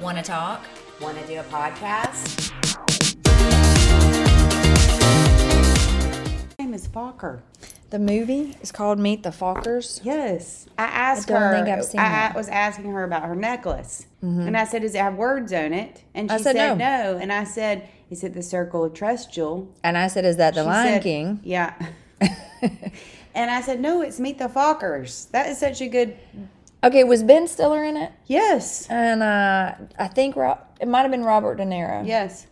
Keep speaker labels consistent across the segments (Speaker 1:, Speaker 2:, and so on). Speaker 1: Want to talk?
Speaker 2: Want to do a podcast?
Speaker 3: name is Fokker.
Speaker 1: The movie is called Meet the Fockers.
Speaker 3: Yes, I asked
Speaker 1: I don't
Speaker 3: her.
Speaker 1: think I've seen
Speaker 3: I,
Speaker 1: that.
Speaker 3: I was asking her about her necklace, and I said, "Does it have words on it?" And
Speaker 1: I
Speaker 3: she
Speaker 1: said
Speaker 3: said,
Speaker 1: no.
Speaker 3: no. And I said, "Is it the circle of trust jewel?"
Speaker 1: And I said, Is that The
Speaker 3: She
Speaker 1: Lion
Speaker 3: said-
Speaker 1: King?
Speaker 3: Yeah. and I said, "No, it's Meet the Fockers." That is such a good
Speaker 1: Okay, was Ben Stiller in it?
Speaker 3: yes,
Speaker 1: And uh, I think Ro- it might have been Robert De Niro.
Speaker 3: yes.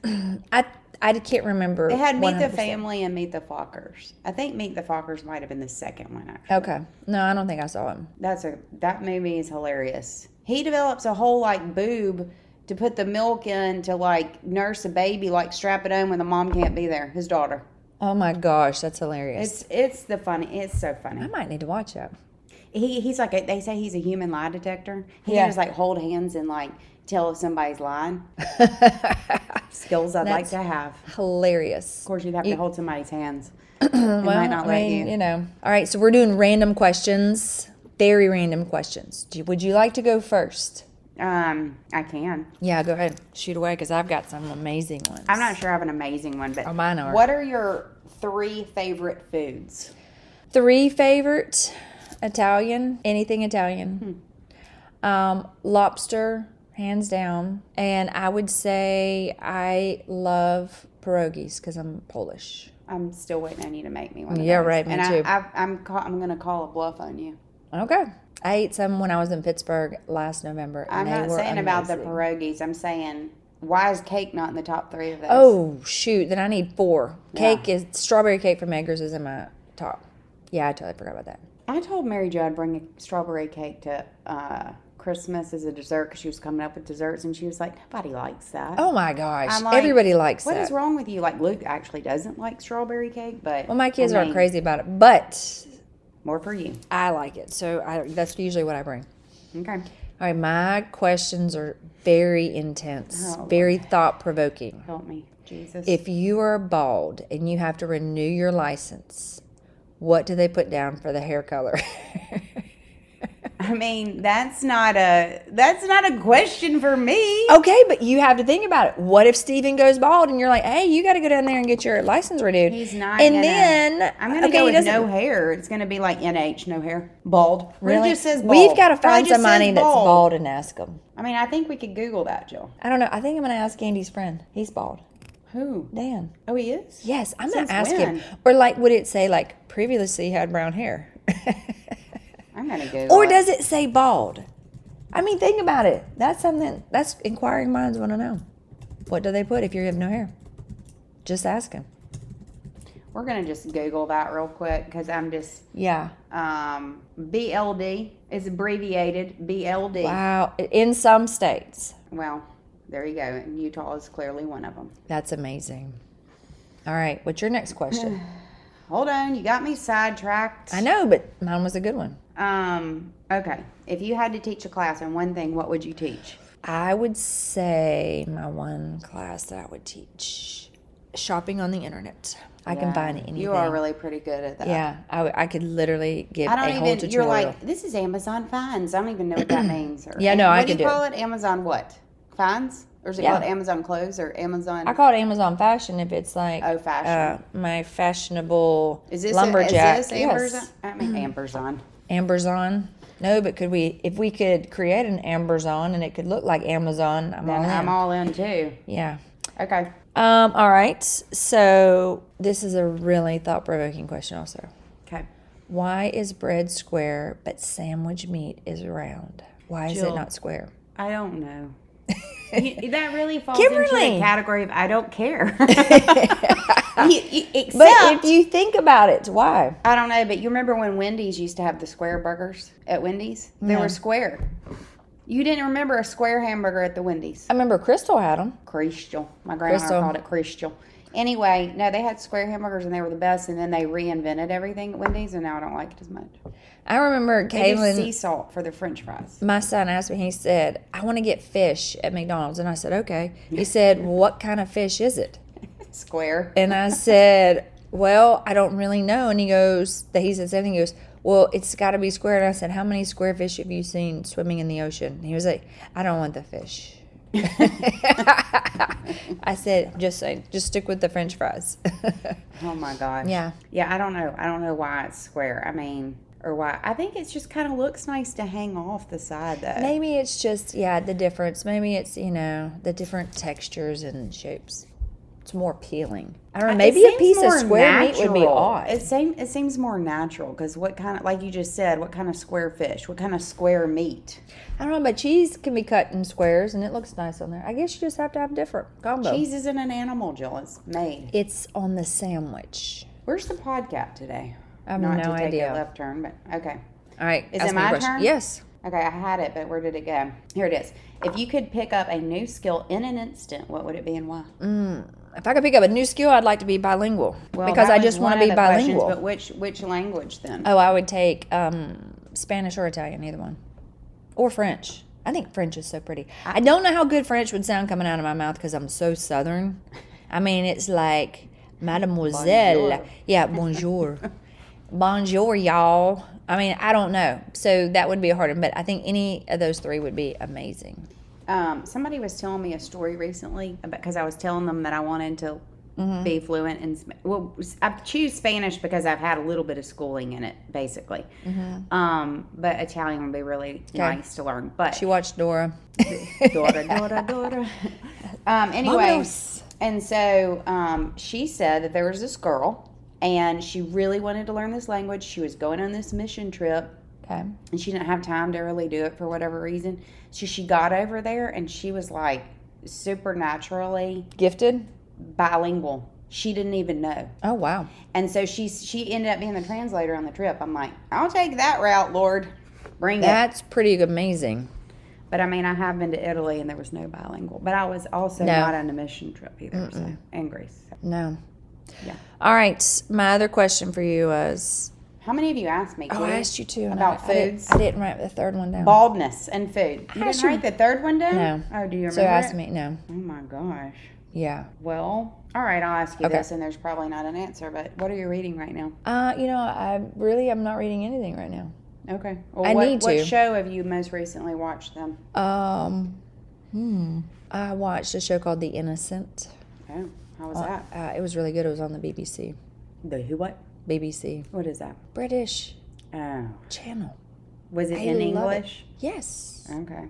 Speaker 1: I, I can't remember.
Speaker 3: It had Meet the
Speaker 1: 100%.
Speaker 3: Family and Meet the Fockers. I think Meet the Fockers might have been the second one. Actually.
Speaker 1: Okay. No, I don't think I saw him.
Speaker 3: That's a that movie is hilarious. He develops a whole like boob to put the milk in to like nurse a baby, like strap it on when the mom can't be there. His daughter.
Speaker 1: Oh my gosh, that's hilarious.
Speaker 3: It's it's the funny. It's so funny.
Speaker 1: I might need to watch that.
Speaker 3: He he's like a, they say he's a human lie detector. He
Speaker 1: Yeah.
Speaker 3: can just like hold hands and like tell if somebody's lying. Skills I'd like
Speaker 1: That's-
Speaker 3: to have.
Speaker 1: Hilarious.
Speaker 3: Of course, you'd have
Speaker 1: You-
Speaker 3: to hold somebody's hands. They might not
Speaker 1: I
Speaker 3: let
Speaker 1: mean,
Speaker 3: you.
Speaker 1: know. All right, so we're doing random questions, very random questions. Do, would you like to go first?
Speaker 3: Um, I can.
Speaker 1: Yeah, go ahead. Shoot away because I've got some amazing ones.
Speaker 3: I'm not sure I have an amazing one, but
Speaker 1: Oh, mine are.
Speaker 3: what are your three favorite foods?
Speaker 1: Three favorite Italian, anything Italian.
Speaker 3: Hmm.
Speaker 1: Um, lobster, hands down. And I would say I love pierogies because I'm Polish.
Speaker 3: I'm still waiting on you to make me one. Of
Speaker 1: Yeah,
Speaker 3: those.
Speaker 1: right, me
Speaker 3: and
Speaker 1: too.
Speaker 3: I, I, I'm ca- I'm gonna call a bluff on you.
Speaker 1: Okay. I ate some when I was in Pittsburgh last November.
Speaker 3: I'm
Speaker 1: and they
Speaker 3: not
Speaker 1: were
Speaker 3: saying about the
Speaker 1: amazing.
Speaker 3: pierogies. I'm saying why is cake not in the top three of those?
Speaker 1: Oh shoot! Then I need four. Cake is strawberry cake from Eggers is in my top. Yeah, I totally forgot about that.
Speaker 3: I told Mary Jo I'd bring a strawberry cake to uh, Christmas as a dessert because she was coming up with desserts, and she was like, nobody likes that.
Speaker 1: Oh my gosh!
Speaker 3: I'm like,
Speaker 1: Everybody likes
Speaker 3: What
Speaker 1: that.
Speaker 3: is wrong with you? Like Luke actually doesn't like strawberry cake, but
Speaker 1: well, my kids
Speaker 3: I
Speaker 1: are
Speaker 3: mean,
Speaker 1: crazy about it, but
Speaker 3: More for you.
Speaker 1: I like it, so I, that's usually what I bring.
Speaker 3: Okay.
Speaker 1: All right, my questions are very intense,
Speaker 3: Oh,
Speaker 1: very thought provoking.
Speaker 3: Help me, Jesus.
Speaker 1: If you are bald and you have to renew your license, what do they put down for the hair color?
Speaker 3: I mean, that's not a that's not a question for me.
Speaker 1: Okay, but you have to think about it. What if Steven goes bald and you're like, hey, you got to go down there and get your license renewed?
Speaker 3: He's not.
Speaker 1: And
Speaker 3: gonna-
Speaker 1: then
Speaker 3: I'm gonna
Speaker 1: okay,
Speaker 3: go
Speaker 1: he
Speaker 3: with
Speaker 1: doesn't-
Speaker 3: no hair. It's gonna be like NH, no hair, bald.
Speaker 1: Really?
Speaker 3: It just says
Speaker 1: We've
Speaker 3: bald.
Speaker 1: got to
Speaker 3: Probably
Speaker 1: find
Speaker 3: just says
Speaker 1: somebody that's bald and ask them.
Speaker 3: I mean, I think we could Google that, Jill.
Speaker 1: I don't know. I think I'm going to ask Andy's friend. He's bald.
Speaker 3: Who?
Speaker 1: Dan.
Speaker 3: Oh, he is.
Speaker 1: Yes, I'm going
Speaker 3: Since
Speaker 1: to ask him.
Speaker 3: when?
Speaker 1: Or like, would it say like previously he had brown hair?
Speaker 3: I'm gonna Google.
Speaker 1: or
Speaker 3: it.
Speaker 1: does it say bald? I mean, think about it. That's something that's inquiring minds want to know. What do they put if you have no hair? Just ask him.
Speaker 3: We're gonna just Google that real quick because I'm just
Speaker 1: Yeah.
Speaker 3: um, BLD is abbreviated BLD.
Speaker 1: Wow. In some states.
Speaker 3: Well, there you go. And Utah is clearly one of them.
Speaker 1: That's amazing. All right. What's your next question?
Speaker 3: Hold on, you got me sidetracked.
Speaker 1: I know, but mine was a good one.
Speaker 3: Um, okay. If you had to teach a class on one thing, what would you teach?
Speaker 1: I would say my one class that I would teach shopping on the internet. I can find anything.
Speaker 3: You are really pretty good at that.
Speaker 1: yeah, I, w- I could literally give
Speaker 3: I
Speaker 1: a
Speaker 3: don't
Speaker 1: whole
Speaker 3: even.
Speaker 1: tutorial.
Speaker 3: You're like this is Amazon Finds. I don't even know what that means. Or,
Speaker 1: Yeah, no,
Speaker 3: what
Speaker 1: I
Speaker 3: do
Speaker 1: could do
Speaker 3: you
Speaker 1: it.
Speaker 3: call it Amazon what finds or is it
Speaker 1: Yeah.
Speaker 3: called Amazon clothes or Amazon?
Speaker 1: I call it Amazon fashion if it's like
Speaker 3: Oh, fashion.
Speaker 1: uh, my fashionable
Speaker 3: is this
Speaker 1: lumberjack.
Speaker 3: A, is this
Speaker 1: yes. Mm.
Speaker 3: Amazon? I mean Amazon.
Speaker 1: Amberzon. No, but could we if we could create an Amberzon and it could look like Amazon? I'm all
Speaker 3: Then
Speaker 1: in.
Speaker 3: I'm all in too.
Speaker 1: yeah.
Speaker 3: Okay.
Speaker 1: Um, all right. So this is a really thought provoking question also.
Speaker 3: Okay.
Speaker 1: Why is bread square but sandwich meat is round? Why is it
Speaker 3: Jill.
Speaker 1: not square?
Speaker 3: I don't know. You- that really falls into
Speaker 1: Kimberly.
Speaker 3: the category of I don't care. You- you-
Speaker 1: But if
Speaker 3: Except
Speaker 1: you think about it, why?
Speaker 3: I don't know, but you remember when Wendy's used to have the square burgers at Wendy's? They were square. You didn't remember a square hamburger at the Wendy's?
Speaker 1: I remember Crystal had them.
Speaker 3: Crystal. My grandma
Speaker 1: Crystal.
Speaker 3: called it Crystal. Anyway, no, they had square hamburgers and they were the best, and then they reinvented everything at Wendy's, and now I don't like it as much.
Speaker 1: I remember
Speaker 3: They do
Speaker 1: Kaylin,
Speaker 3: sea salt for their French fries.
Speaker 1: my son asked me, he said, I want to get fish at McDonald's. And I said, okay. He said, what kind of fish is it?
Speaker 3: Square.
Speaker 1: And I said, Well, I don't really know. And he goes, that he said something. He goes, Well, it's got to be square. And I said, How many square fish have you seen swimming in the ocean? And he was like, I don't want the fish. I said, just saying, just stick with the French fries.
Speaker 3: Oh my gosh.
Speaker 1: Yeah.
Speaker 3: Yeah, I don't know. I don't know why it's square. I mean, or why. I think it just kind of looks nice to hang off the side though.
Speaker 1: Maybe it's just yeah the difference. Maybe it's you know the different textures and shapes. It's more appealing. I don't know.
Speaker 3: It
Speaker 1: Maybe a
Speaker 3: seems
Speaker 1: piece of
Speaker 3: more
Speaker 1: square meat would be
Speaker 3: natural.
Speaker 1: odd.
Speaker 3: It seems it seems more natural because what kind of like you just said, what kind of square fish, what kind of square meat?
Speaker 1: I don't know, but cheese can be cut in squares and it looks nice on there. I guess you just have to have different combo.
Speaker 3: Cheese isn't an animal, Jill. It's made.
Speaker 1: It's on the sandwich.
Speaker 3: Where's the podcast today?
Speaker 1: I have
Speaker 3: Not
Speaker 1: no
Speaker 3: to take
Speaker 1: idea.
Speaker 3: a left turn, but okay.
Speaker 1: All right.
Speaker 3: Is
Speaker 1: ask
Speaker 3: it
Speaker 1: me a
Speaker 3: my
Speaker 1: question.
Speaker 3: turn?
Speaker 1: Yes.
Speaker 3: Okay, I had it, but where did it go? Here it is. If you could pick up a new skill in an instant, what would it be and why?
Speaker 1: Mm, If I could pick up a new skill, I'd like to be bilingual
Speaker 3: Well,
Speaker 1: because
Speaker 3: that
Speaker 1: I
Speaker 3: was
Speaker 1: just want
Speaker 3: one
Speaker 1: to
Speaker 3: of
Speaker 1: be
Speaker 3: the questions,
Speaker 1: bilingual.
Speaker 3: but which which language then?
Speaker 1: Oh, I would take um, Spanish or Italian, either one, or French. I think French is so pretty. I don't know how good French would sound coming out of my mouth because I'm so Southern. I mean, it's like Mademoiselle.
Speaker 3: Bonjour.
Speaker 1: Yeah, bonjour, bonjour, y'all. I mean, I don't know. So that would be a hard one, but I think any of those three would be amazing.
Speaker 3: Um, somebody was telling me a story recently because I was telling them that I wanted to
Speaker 1: Mm-hmm.
Speaker 3: be fluent in. Sp- Well, s- I choose Spanish because I've had a little bit of schooling in it, basically.
Speaker 1: Mm-hmm.
Speaker 3: Um, but Italian would be really nice to learn. But
Speaker 1: She watched Dora.
Speaker 3: daughter, daughter, daughter. Um, anyway,
Speaker 1: Vamos.
Speaker 3: and so um, she said that there was this girl, and she really wanted to learn this language. She was going on this mission trip,
Speaker 1: Okay.
Speaker 3: and she didn't have time to really do it for whatever reason. So she got over there, and she was like supernaturally
Speaker 1: Gifted.
Speaker 3: bilingual. She didn't even know,
Speaker 1: Oh wow.
Speaker 3: and so she she ended up being the translator on the trip. I'm like, I'll take that route, Lord. Bring it.
Speaker 1: That's pretty amazing.
Speaker 3: But I mean, I have been to Italy and there was no bilingual. But I was also
Speaker 1: No.
Speaker 3: not on a mission trip either, so, and Greece. So,
Speaker 1: No.
Speaker 3: Yeah.
Speaker 1: All right. My other question for you was
Speaker 3: How many of you asked me
Speaker 1: Oh,
Speaker 3: Katie?
Speaker 1: I asked you too. and
Speaker 3: about
Speaker 1: I, I didn't-
Speaker 3: foods?
Speaker 1: I didn't, write the third one down.
Speaker 3: baldness and food? You
Speaker 1: asked
Speaker 3: didn't
Speaker 1: you-
Speaker 3: write the third one down?
Speaker 1: No.
Speaker 3: Oh, do you remember?
Speaker 1: so ask
Speaker 3: it?
Speaker 1: me. No.
Speaker 3: Oh my gosh.
Speaker 1: Yeah.
Speaker 3: Well, all right, I'll ask you
Speaker 1: Okay.
Speaker 3: this, and there's probably not an answer, but what are you reading right now?
Speaker 1: Uh, you know, I really am not reading anything right now.
Speaker 3: Okay. Well,
Speaker 1: I
Speaker 3: what,
Speaker 1: need to.
Speaker 3: what show have you most recently watched them?
Speaker 1: Um, hmm. I watched a show called The Innocent.
Speaker 3: Oh, how was that?
Speaker 1: Uh, it was really good. It was on the BBC.
Speaker 3: The who what?
Speaker 1: BBC.
Speaker 3: What is that?
Speaker 1: British
Speaker 3: Oh.
Speaker 1: channel.
Speaker 3: Was it
Speaker 1: I
Speaker 3: in
Speaker 1: love it.
Speaker 3: English?
Speaker 1: Yes.
Speaker 3: Okay.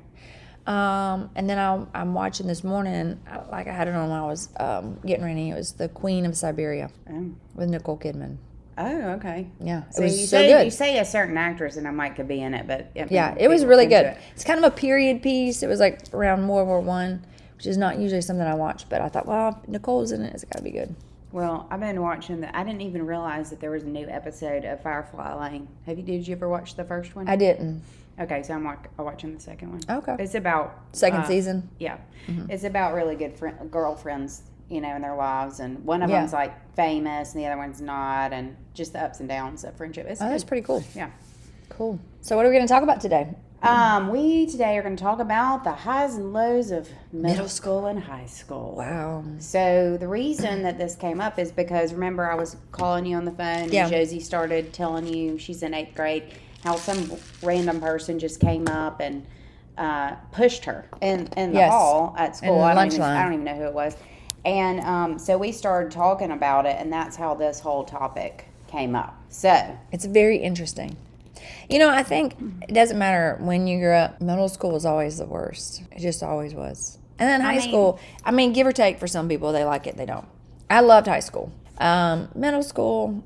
Speaker 1: Um, and then I, I'm watching this morning, I, like I had it on when I was um, getting ready. It was The Queen of Siberia
Speaker 3: Oh.
Speaker 1: with Nicole Kidman.
Speaker 3: Oh, okay.
Speaker 1: Yeah. It
Speaker 3: So
Speaker 1: was
Speaker 3: you
Speaker 1: so
Speaker 3: say
Speaker 1: good.
Speaker 3: you say a certain actress, and I might could be in it, but I mean,
Speaker 1: Yeah, it was
Speaker 3: people
Speaker 1: really
Speaker 3: into
Speaker 1: good.
Speaker 3: it.
Speaker 1: It's kind of a period piece. It was like around World War One, which is not usually something I watch, but I thought, well, Nicole's in it. It's got to be good.
Speaker 3: Well, I've been watching that. I didn't even realize that there was a new episode of Firefly Lane. Have you? Did you ever watch the first one?
Speaker 1: I Oh. didn't.
Speaker 3: okay, so I'm wa- watching the second one.
Speaker 1: Okay.
Speaker 3: It's about
Speaker 1: Second
Speaker 3: uh,
Speaker 1: season.
Speaker 3: Yeah,
Speaker 1: Mm-hmm.
Speaker 3: it's about really good friend, girlfriends, you know, in their lives, and one of
Speaker 1: Yeah.
Speaker 3: them's like famous, and the other one's not, and just the ups and downs of friendship. It's
Speaker 1: Oh,
Speaker 3: good.
Speaker 1: that's pretty cool.
Speaker 3: yeah.
Speaker 1: Cool. So, what are we going to talk about today?
Speaker 3: Um, we today are going to talk about the highs and lows of middle, school and high school.
Speaker 1: Wow.
Speaker 3: So the reason that this came up is because remember I was calling you on the phone
Speaker 1: Yeah.
Speaker 3: and Josie started telling you she's in eighth grade how some random person just came up and uh, pushed her in, in the
Speaker 1: Yes.
Speaker 3: hall at school.
Speaker 1: the
Speaker 3: I, don't
Speaker 1: lunch
Speaker 3: even,
Speaker 1: line.
Speaker 3: I don't even know who it was. And um, so we started talking about it and that's how this whole topic came up. So
Speaker 1: It's very interesting. You know, I think it doesn't matter when you grew up. Middle school was always the worst. It just always was. And then high
Speaker 3: mean-
Speaker 1: school, I mean, give or take for some people, they like it, they don't. I loved high school. Um, middle school,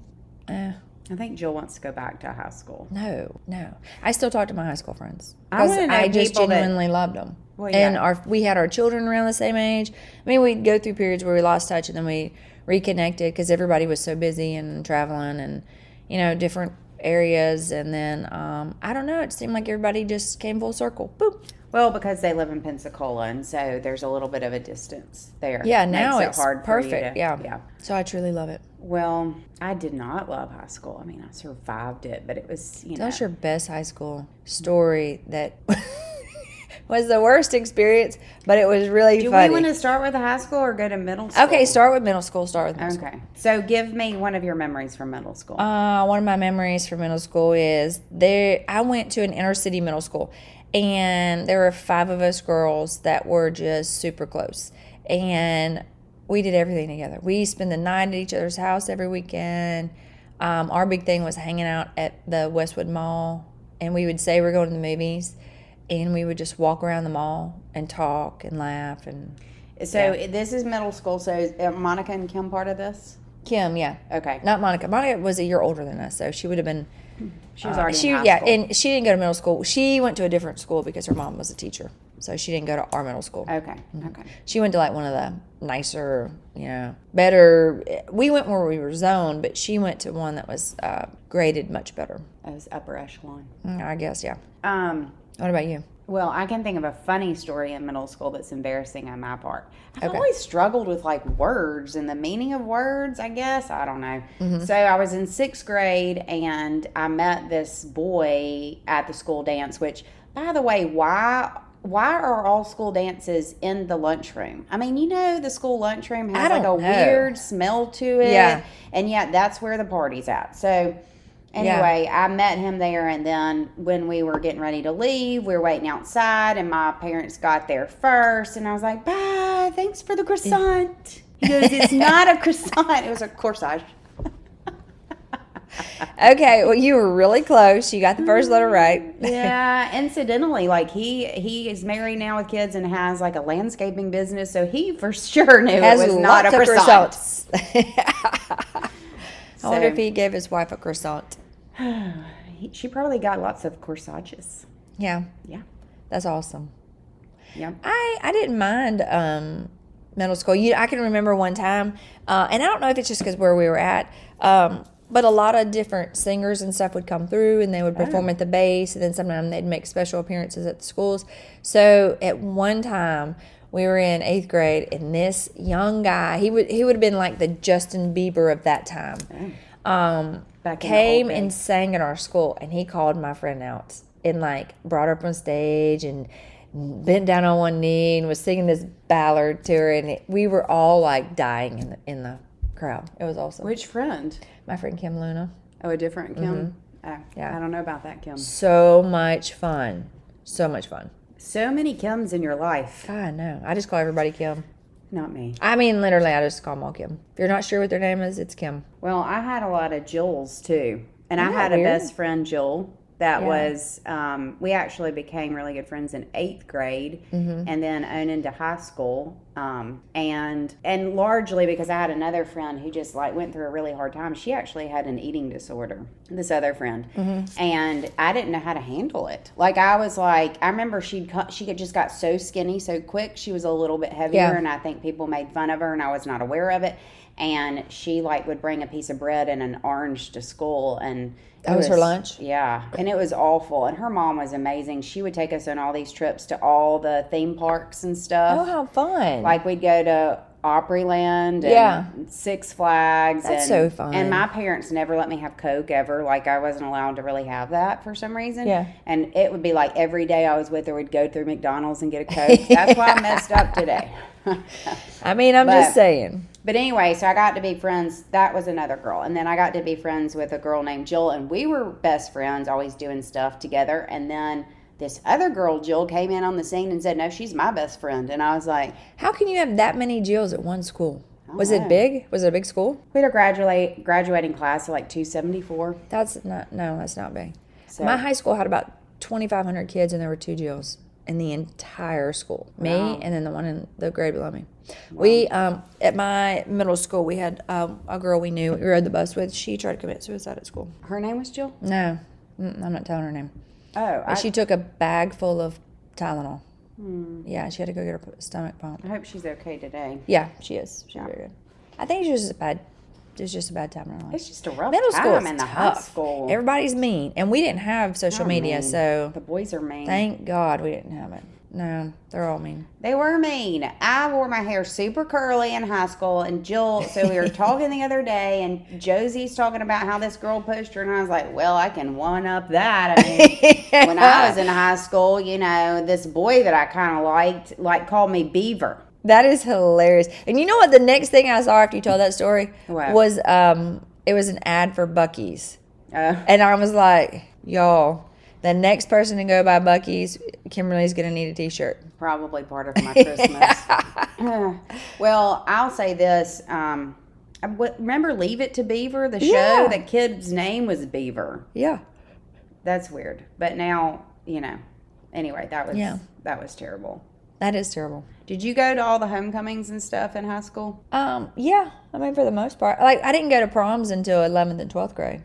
Speaker 1: eh.
Speaker 3: I think Jill wants to go back to high school.
Speaker 1: No, no. I still talk to my high school friends
Speaker 3: I
Speaker 1: because
Speaker 3: wanna know
Speaker 1: I, just
Speaker 3: people that-
Speaker 1: genuinely loved them.
Speaker 3: Well,
Speaker 1: And
Speaker 3: yeah.
Speaker 1: our we had our children around the same age. I mean, we'd go through periods where we lost touch and then we reconnected because everybody was so busy and traveling and you know different areas. And then um, I don't know. It seemed like everybody just came full circle. Boop.
Speaker 3: Well, because they live in Pensacola, and so there's a little bit of a distance there.
Speaker 1: Yeah.
Speaker 3: Makes
Speaker 1: Now
Speaker 3: it
Speaker 1: it's
Speaker 3: hard for you
Speaker 1: perfect.
Speaker 3: to-
Speaker 1: yeah.
Speaker 3: yeah.
Speaker 1: So I truly love it.
Speaker 3: Well, I did not love high school. I mean, I survived it, but it was you know.
Speaker 1: That's your best high school story that was the worst experience, but it was really
Speaker 3: Do
Speaker 1: funny.
Speaker 3: we want to start with high school or go to middle school?
Speaker 1: okay, start with middle school. Start with middle
Speaker 3: Okay. So give me one of your memories from middle school.
Speaker 1: Uh, one of my memories from middle school is there. I went to an inner city middle school, and there were five of us girls that were just super close, and we did everything together. We spent the night at each other's house every weekend. Um, our big thing was hanging out at the Westwood Mall, and we would say we're going to the movies, and we would just walk around the mall and talk and laugh and
Speaker 3: so this is middle school. So is are Monica and Kim part of this?
Speaker 1: Kim, yeah,
Speaker 3: Okay.
Speaker 1: not Monica. Monica was a year older than us, so she would have been
Speaker 3: She was already
Speaker 1: uh, she
Speaker 3: in high
Speaker 1: yeah
Speaker 3: school.
Speaker 1: and she didn't go to middle school she went to a different school because her mom was a teacher so she didn't go to our middle school
Speaker 3: Okay. Okay.
Speaker 1: she went to like one of the nicer you know better we went where we were zoned but she went to one that was uh, graded much better
Speaker 3: That was upper echelon.
Speaker 1: Mm, i guess yeah
Speaker 3: Um,
Speaker 1: what about you
Speaker 3: well, I can think of a funny story in middle school that's embarrassing on my part. I've
Speaker 1: Okay.
Speaker 3: always struggled with like words and the meaning of words, I guess. I don't know.
Speaker 1: Mm-hmm.
Speaker 3: So I was in sixth grade and I met this boy at the school dance, which, by the way, why? Why are all school dances in the lunchroom? I mean, you know, the school lunchroom has
Speaker 1: I
Speaker 3: like a
Speaker 1: don't know.
Speaker 3: weird smell to it.
Speaker 1: Yeah.
Speaker 3: And yet that's where the party's at. So anyway, I met him there and then when we were getting ready to leave, we were waiting outside and my parents got there first and I was like, Bye, thanks for the croissant. He goes, It's not a croissant, it was a corsage.
Speaker 1: okay well you were really close you got the first letter right
Speaker 3: Mm. yeah, incidentally, like he he is married now with kids and has like a landscaping business, so he for sure knew
Speaker 1: has
Speaker 3: it was not a
Speaker 1: lots of
Speaker 3: croissant.
Speaker 1: croissants i wonder
Speaker 3: So-
Speaker 1: if he gave his wife a croissant
Speaker 3: He- she probably got lots of corsages.
Speaker 1: yeah
Speaker 3: Yeah,
Speaker 1: that's awesome
Speaker 3: yeah.
Speaker 1: I I didn't mind um, middle school. You, I can remember one time, uh, and I don't know if it's just because where we were at, um, but a lot of different singers and stuff would come through, and they would perform at the base, and then sometimes they'd make special appearances at the schools. So at one time. We were in eighth grade, and this young guy, he would he would have been like the Justin Bieber of that time, um,
Speaker 3: Back in the old
Speaker 1: came
Speaker 3: days.
Speaker 1: and sang at our school and he called my friend out and like brought her up on stage and bent down on one knee and was singing this ballad to her and it, we were all like dying in the, in the crowd it was awesome
Speaker 3: Which friend?
Speaker 1: my friend kim luna
Speaker 3: Oh, a different Kim. Oh,
Speaker 1: Yeah.
Speaker 3: I don't know about that Kim.
Speaker 1: so much fun so much fun
Speaker 3: So many Kims in your life.
Speaker 1: god no i just call everybody kim
Speaker 3: Not me.
Speaker 1: i mean literally i just call them all kim if you're not sure what their name is it's kim
Speaker 3: Well, I had a lot of Jills too, and I
Speaker 1: Isn't
Speaker 3: had
Speaker 1: that
Speaker 3: a
Speaker 1: weird?
Speaker 3: best friend Jill that
Speaker 1: Yeah.
Speaker 3: was. Um, we actually became really good friends in eighth grade,
Speaker 1: Mm-hmm.
Speaker 3: and then on into high school. Um, and and largely because I had another friend who just like went through a really hard time. She actually had an eating disorder. This other friend,
Speaker 1: Mm-hmm.
Speaker 3: and I didn't know how to handle it. Like I was like, I remember she she got- just got so skinny so quick. She was a little bit heavier,
Speaker 1: Yeah.
Speaker 3: and I think people made fun of her, and I was not aware of it. And she like would bring a piece of bread and an orange to school, and it
Speaker 1: That was her lunch?
Speaker 3: Yeah, and it was awful. And her mom was amazing. She would take us on all these trips to all the theme parks and stuff.
Speaker 1: oh how fun
Speaker 3: Like we'd go to Opryland and
Speaker 1: Yeah.
Speaker 3: Six Flags.
Speaker 1: That's
Speaker 3: and,
Speaker 1: so fun.
Speaker 3: And my parents never let me have Coke ever. Like I wasn't allowed to really have that for some reason.
Speaker 1: Yeah.
Speaker 3: And it would be like every day I was with her, we'd go through McDonald's and get a Coke. That's why I messed up today.
Speaker 1: i mean i'm
Speaker 3: but-
Speaker 1: just saying
Speaker 3: But anyway, so I got to be friends. That was another girl. And then I got to be friends with a girl named Jill, and we were best friends, always doing stuff together. And then this other girl, Jill, came in on the scene and said, No, she's my best friend. And I was like,
Speaker 1: how can you have that many jills at one school was
Speaker 3: know.
Speaker 1: it big was it a big school
Speaker 3: We had a graduate, graduating class of like 274.
Speaker 1: That's not no, that's not big.
Speaker 3: So-
Speaker 1: My high school had about twenty five hundred kids, and there were two Jills in the entire school. Me and then the one in the grade below me. We um, at my middle school, we had um, a girl we knew we rode the bus with. She tried to commit suicide at school.
Speaker 3: Her name was Jill?
Speaker 1: No, Mm, I'm not telling her name.
Speaker 3: Oh, I,
Speaker 1: But she took a bag full of Tylenol.
Speaker 3: Hmm.
Speaker 1: Yeah, she had to go get her p- stomach pumped.
Speaker 3: I hope she's okay today.
Speaker 1: Yeah, she is. She's very good. I think she was just a bad It's just a bad time in our life.
Speaker 3: It's just a rough
Speaker 1: Middle school
Speaker 3: time
Speaker 1: is
Speaker 3: in the high
Speaker 1: tough.
Speaker 3: school.
Speaker 1: Everybody's mean, and we didn't have social
Speaker 3: They're
Speaker 1: media,
Speaker 3: mean.
Speaker 1: so
Speaker 3: the boys are mean.
Speaker 1: thank God we didn't have it. No, they're all mean.
Speaker 3: They were mean. I wore my hair super curly in high school, and Jill. So we were talking the other day, and Josie's talking about how this girl pushed her, and I was like, "Well, I can one up that." I mean, when I was in high school, you know, this boy that I kind of liked, like, called me Beaver.
Speaker 1: That is hilarious. And you know what? The next thing I saw after you told that story
Speaker 3: What?
Speaker 1: was um, it was an ad for Bucky's,
Speaker 3: Uh,
Speaker 1: and I was like, y'all, the next person to go by Bucky's, Kimberly's gonna need a T-shirt.
Speaker 3: probably part of my Christmas. well, I'll say this. Um, I w- remember Leave It to Beaver, the show?
Speaker 1: Yeah.
Speaker 3: That kid's name was Beaver.
Speaker 1: Yeah,
Speaker 3: That's weird. But now, you know. Anyway, that was
Speaker 1: Yeah.
Speaker 3: that was terrible.
Speaker 1: that is terrible.
Speaker 3: Did you go to all the homecomings and stuff in high school?
Speaker 1: Um, yeah, I mean for the most part, like I didn't go to proms until eleventh and twelfth grade.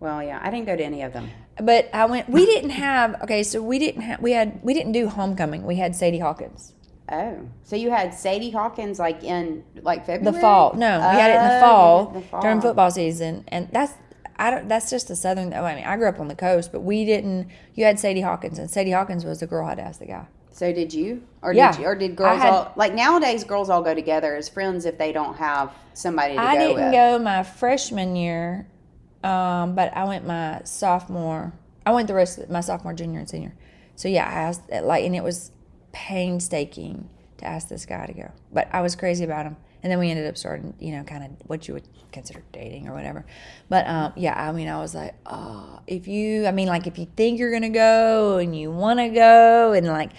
Speaker 3: Well, yeah, I didn't go to any of them.
Speaker 1: But I went. We didn't have. Okay, so we didn't have. We had. We didn't do homecoming. We had Sadie Hawkins
Speaker 3: Oh, so you had Sadie Hawkins like in like
Speaker 1: the
Speaker 3: February?
Speaker 1: fall. No, we had it in the
Speaker 3: Oh,
Speaker 1: fall,
Speaker 3: the fall.
Speaker 1: during football season, and that's. I don't, that's just the southern. I mean, I grew up on the coast, but we didn't. You had Sadie Hawkins, and Sadie Hawkins was the girl I'd asked the guy.
Speaker 3: So did you? Or
Speaker 1: Yeah.
Speaker 3: did you, or did
Speaker 1: I
Speaker 3: girls
Speaker 1: had-
Speaker 3: all like nowadays girls all go together as friends if they don't have somebody to
Speaker 1: I
Speaker 3: go
Speaker 1: didn't
Speaker 3: with.
Speaker 1: go my freshman year, um, but I went my sophomore. I went the rest of my sophomore, junior, and senior. So yeah, I asked like, and it was painstaking to ask this guy to go, but I was crazy about him. And then we ended up starting, you know, kind of what you would consider dating or whatever. But um, yeah, I mean, I was like, oh, if you, I mean, like if you think you're gonna go and you want to go, and like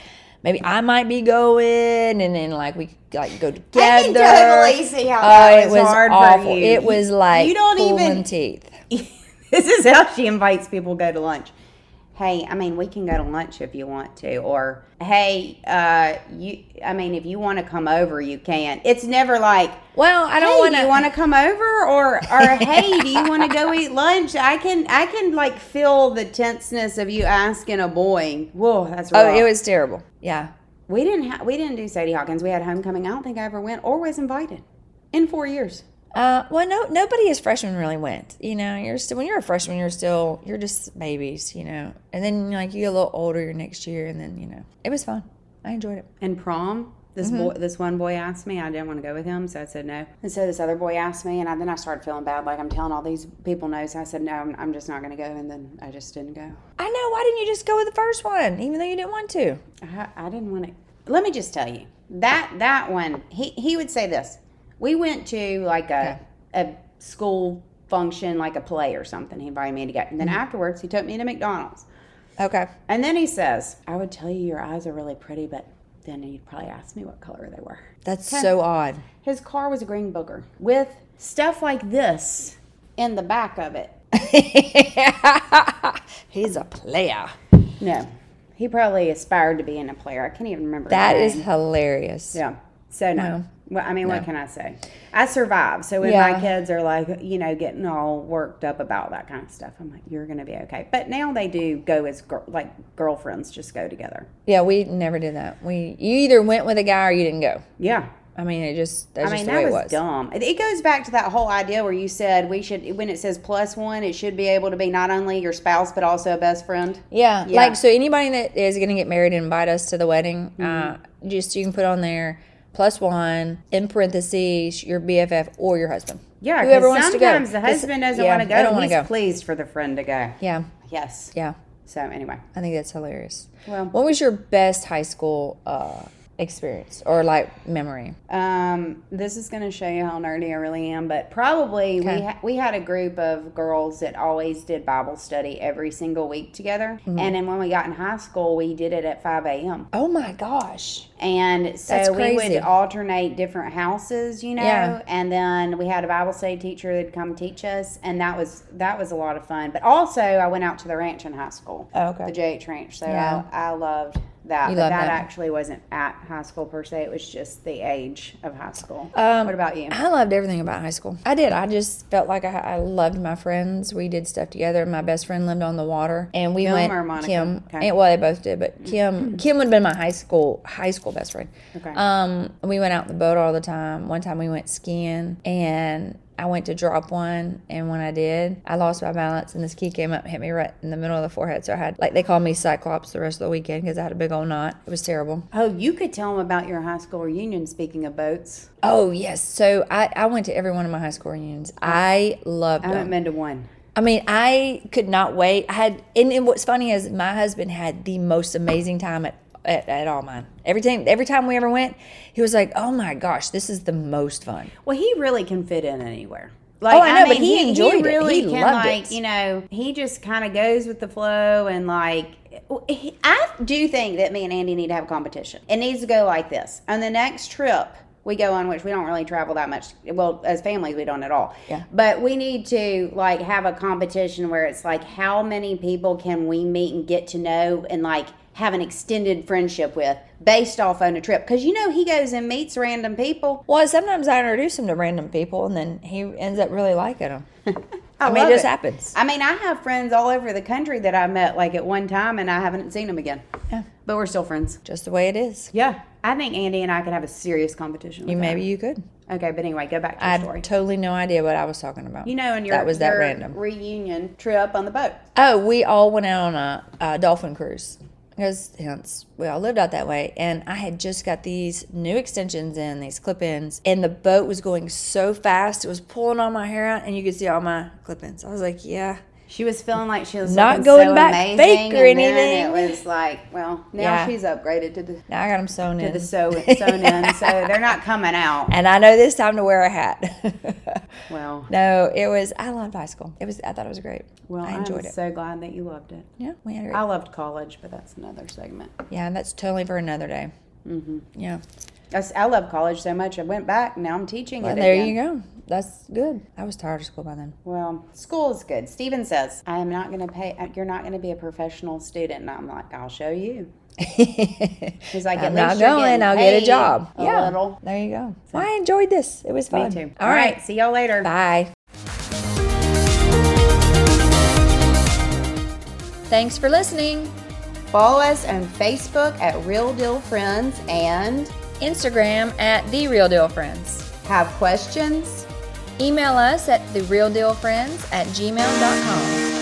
Speaker 1: maybe I might be going, and then like we could, like go
Speaker 3: I
Speaker 1: together.
Speaker 3: can totally see how
Speaker 1: Oh,
Speaker 3: that
Speaker 1: it was
Speaker 3: hard
Speaker 1: awful.
Speaker 3: for you.
Speaker 1: It was like
Speaker 3: you don't
Speaker 1: pulling
Speaker 3: even.
Speaker 1: teeth.
Speaker 3: this is how she invites people to go to lunch. Hey, I mean, we can go to lunch if you want to, or hey, uh, you. I mean, if you want to come over, you can. It's never like,
Speaker 1: Well, I
Speaker 3: hey,
Speaker 1: don't
Speaker 3: do you
Speaker 1: want
Speaker 3: want to come over, or or hey, do you want to go eat lunch? I can, I can like feel the tenseness of you asking a boy. Whoa, that's
Speaker 1: to.
Speaker 3: rough.
Speaker 1: Oh, it was terrible. Yeah,
Speaker 3: We didn't ha- we didn't do Sadie Hawkins. We had homecoming. I don't think I ever went or was invited in four years.
Speaker 1: Uh, well, no, nobody as freshmen really went. You know, you're still when you're a freshman, you're still you're just babies, you know. And then like you get a little older your next year, and then you know it was fun. I enjoyed it.
Speaker 3: And prom, this boy, this one boy asked me. I didn't want to go with him, so I said no. And so this other boy asked me, and I, then I started feeling bad, like I'm telling all these people no. So I said no, I'm, I'm just not going to go. And then I just didn't go.
Speaker 1: I know. Why didn't you just go with the first one, even though you didn't want to?
Speaker 3: I, I didn't want to. Let me just tell you that that one. He he would say this. We went to like a a school function, like a play or something. He invited me to go, and then afterwards he took me to McDonald's.
Speaker 1: Okay.
Speaker 3: And then he says, I would tell you your eyes are really pretty, but then you'd probably ask me what color they were.
Speaker 1: That's so odd.
Speaker 3: His car was a green booger with stuff like this in the back of it.
Speaker 1: He's a player.
Speaker 3: No, he probably aspired to be in a player. I can't even remember.
Speaker 1: That
Speaker 3: his
Speaker 1: is
Speaker 3: name.
Speaker 1: hilarious.
Speaker 3: Yeah. So, no.
Speaker 1: No.
Speaker 3: Well, I mean, what can I say? I survived. So, when
Speaker 1: Yeah.
Speaker 3: my kids are like, you know, getting all worked up about that kind of stuff, I'm like, you're going to be okay. But now they do go as, gir- like, girlfriends just go together.
Speaker 1: Yeah, we never did that. We you either went with a guy or you didn't go.
Speaker 3: Yeah.
Speaker 1: I mean, it just that's
Speaker 3: I
Speaker 1: just
Speaker 3: mean,
Speaker 1: the
Speaker 3: that
Speaker 1: way
Speaker 3: was,
Speaker 1: it was.
Speaker 3: dumb. It- It goes back to that whole idea where you said we should, when it says plus one, it should be able to be not only your spouse but also a best friend.
Speaker 1: Yeah,
Speaker 3: Yeah.
Speaker 1: like so. Anybody that is going to get married and invite us to the wedding, uh, just you can put on there plus one in parentheses your BFF or your husband.
Speaker 3: Yeah,
Speaker 1: whoever
Speaker 3: because
Speaker 1: wants to go.
Speaker 3: sometimes the
Speaker 1: 'Cause-
Speaker 3: husband doesn't
Speaker 1: yeah,
Speaker 3: want to
Speaker 1: they don't
Speaker 3: go.
Speaker 1: wanna
Speaker 3: He's
Speaker 1: go.
Speaker 3: pleased for the friend to go.
Speaker 1: Yeah,
Speaker 3: Yes.
Speaker 1: yeah.
Speaker 3: So anyway,
Speaker 1: I think that's hilarious.
Speaker 3: Well-
Speaker 1: what was your best high school uh, experience or like memory?
Speaker 3: um, this is going to show you how nerdy I really am, but probably we
Speaker 1: Okay.
Speaker 3: ha- we had a group of girls that always did Bible study every single week together,
Speaker 1: Mm-hmm.
Speaker 3: and then when we got in high school, we did it at five a.m.
Speaker 1: Oh my gosh!
Speaker 3: And so
Speaker 1: That's
Speaker 3: we
Speaker 1: crazy.
Speaker 3: would alternate different houses, you know,
Speaker 1: Yeah.
Speaker 3: and then we had a Bible study teacher that'd come teach us, and that was that was a lot of fun. But also, I went out to the ranch in high school,
Speaker 1: Oh, okay.
Speaker 3: the JH Ranch. So
Speaker 1: Yeah.
Speaker 3: I, I loved that.
Speaker 1: You
Speaker 3: but
Speaker 1: loved
Speaker 3: that,
Speaker 1: that.
Speaker 3: actually wasn't at high school per se; it was just the age of high school.
Speaker 1: Um,
Speaker 3: what about you?
Speaker 1: I loved everything about high school. I did. I just felt like I, I loved my friends. We did stuff together. My best friend lived on the water, and we
Speaker 3: Kim
Speaker 1: went.
Speaker 3: or Monica?
Speaker 1: Kim.
Speaker 3: Okay.
Speaker 1: and- well, they both did, but Kim. Kim would have been my high school high school best friend.
Speaker 3: Okay.
Speaker 1: Um, we went out in the boat all the time. One time we went skiing, and I went to drop one, and when I did, I lost my balance, and this key came up and hit me right in the middle of the forehead. So I had, like, they called me Cyclops the rest of the weekend because I had a big old knot. It was terrible.
Speaker 3: Oh, you could tell them about your high school reunion. Speaking of boats,
Speaker 1: Oh, yes. So I, I went to every one of my high school reunions. I loved
Speaker 3: I haven't
Speaker 1: them.
Speaker 3: been to one.
Speaker 1: I mean, I could not wait. I had, and, and what's funny is my husband had the most amazing time at, at, at all mine. Every time, every time we ever went, he was like, "Oh my gosh, this is the most fun."
Speaker 3: Well, he really can fit in anywhere. Like,
Speaker 1: Oh, I know, but he enjoyed it.
Speaker 3: really
Speaker 1: He
Speaker 3: can,
Speaker 1: loved
Speaker 3: like,
Speaker 1: it.
Speaker 3: You know, he just kind of goes with the flow and like. he- I do think that me and Andy need to have a competition. It needs to go like this. On the next trip we go on, which we don't really travel that much. Well, as families, we don't at all.
Speaker 1: Yeah.
Speaker 3: But we need to like have a competition where it's like, how many people can we meet and get to know and like have an extended friendship with based off on a trip? Because you know he goes and meets random people.
Speaker 1: Well, sometimes I introduce him to random people, and then he ends up really liking them. I, mean,
Speaker 3: love
Speaker 1: it just happens.
Speaker 3: I mean, I have friends all over the country that I met like at one time, and I haven't seen them again.
Speaker 1: Yeah.
Speaker 3: But we're still friends.
Speaker 1: Just the way it is.
Speaker 3: Yeah, I think Andy and I could have a serious competition.
Speaker 1: You
Speaker 3: with
Speaker 1: maybe you could.
Speaker 3: that. Okay, but anyway, go back to
Speaker 1: I had
Speaker 3: the story.
Speaker 1: totally no idea what I was talking about.
Speaker 3: you know, and your
Speaker 1: that was that
Speaker 3: your
Speaker 1: random.
Speaker 3: reunion trip on the boat.
Speaker 1: Oh, we all went out on a, a dolphin cruise because hence we all lived out that way. And I had just got these new extensions in, these clip ins, and the boat was going so fast. It was pulling all my hair out, and you could see all my clip ins. I was like, yeah.
Speaker 3: She was feeling like she was
Speaker 1: Not
Speaker 3: looking
Speaker 1: going
Speaker 3: so
Speaker 1: back
Speaker 3: amazing,
Speaker 1: fake or
Speaker 3: and then
Speaker 1: anything.
Speaker 3: It was like, well, now
Speaker 1: Yeah.
Speaker 3: she's upgraded to the
Speaker 1: Now I got them sewn
Speaker 3: to
Speaker 1: in.
Speaker 3: the sew, sewn in, so they're not coming out.
Speaker 1: and I know this time to wear a hat.
Speaker 3: Well,
Speaker 1: no, it was, I loved high school. It was, I thought it was great.
Speaker 3: well,
Speaker 1: I enjoyed
Speaker 3: am
Speaker 1: it.
Speaker 3: so glad that you loved it.
Speaker 1: yeah, we had a great
Speaker 3: I loved college, but that's another segment.
Speaker 1: Yeah, and that's totally for another day. Mm-hmm. Yeah.
Speaker 3: I, s- I love college so much. I went back. Now I'm teaching
Speaker 1: Well,
Speaker 3: it.
Speaker 1: there
Speaker 3: again.
Speaker 1: you go. That's good. I was tired of school by then.
Speaker 3: Well, school is good. Steven says, I am not going to pay, uh, you're not going to be a professional student. And I'm like, I'll show you. He's like, at
Speaker 1: I'm not
Speaker 3: least you're
Speaker 1: going.
Speaker 3: getting
Speaker 1: I'll get a
Speaker 3: paid
Speaker 1: job.
Speaker 3: A
Speaker 1: yeah.
Speaker 3: little.
Speaker 1: There you go. Well, I enjoyed this. It was
Speaker 3: Me
Speaker 1: fun.
Speaker 3: too.
Speaker 1: All right.
Speaker 3: See y'all later.
Speaker 1: Bye. Thanks for listening.
Speaker 3: Follow us on Facebook at Real Deal Friends and
Speaker 1: Instagram at The Real Deal Friends.
Speaker 3: have questions.
Speaker 1: Email us at TheRealDealFriends at gmail.com.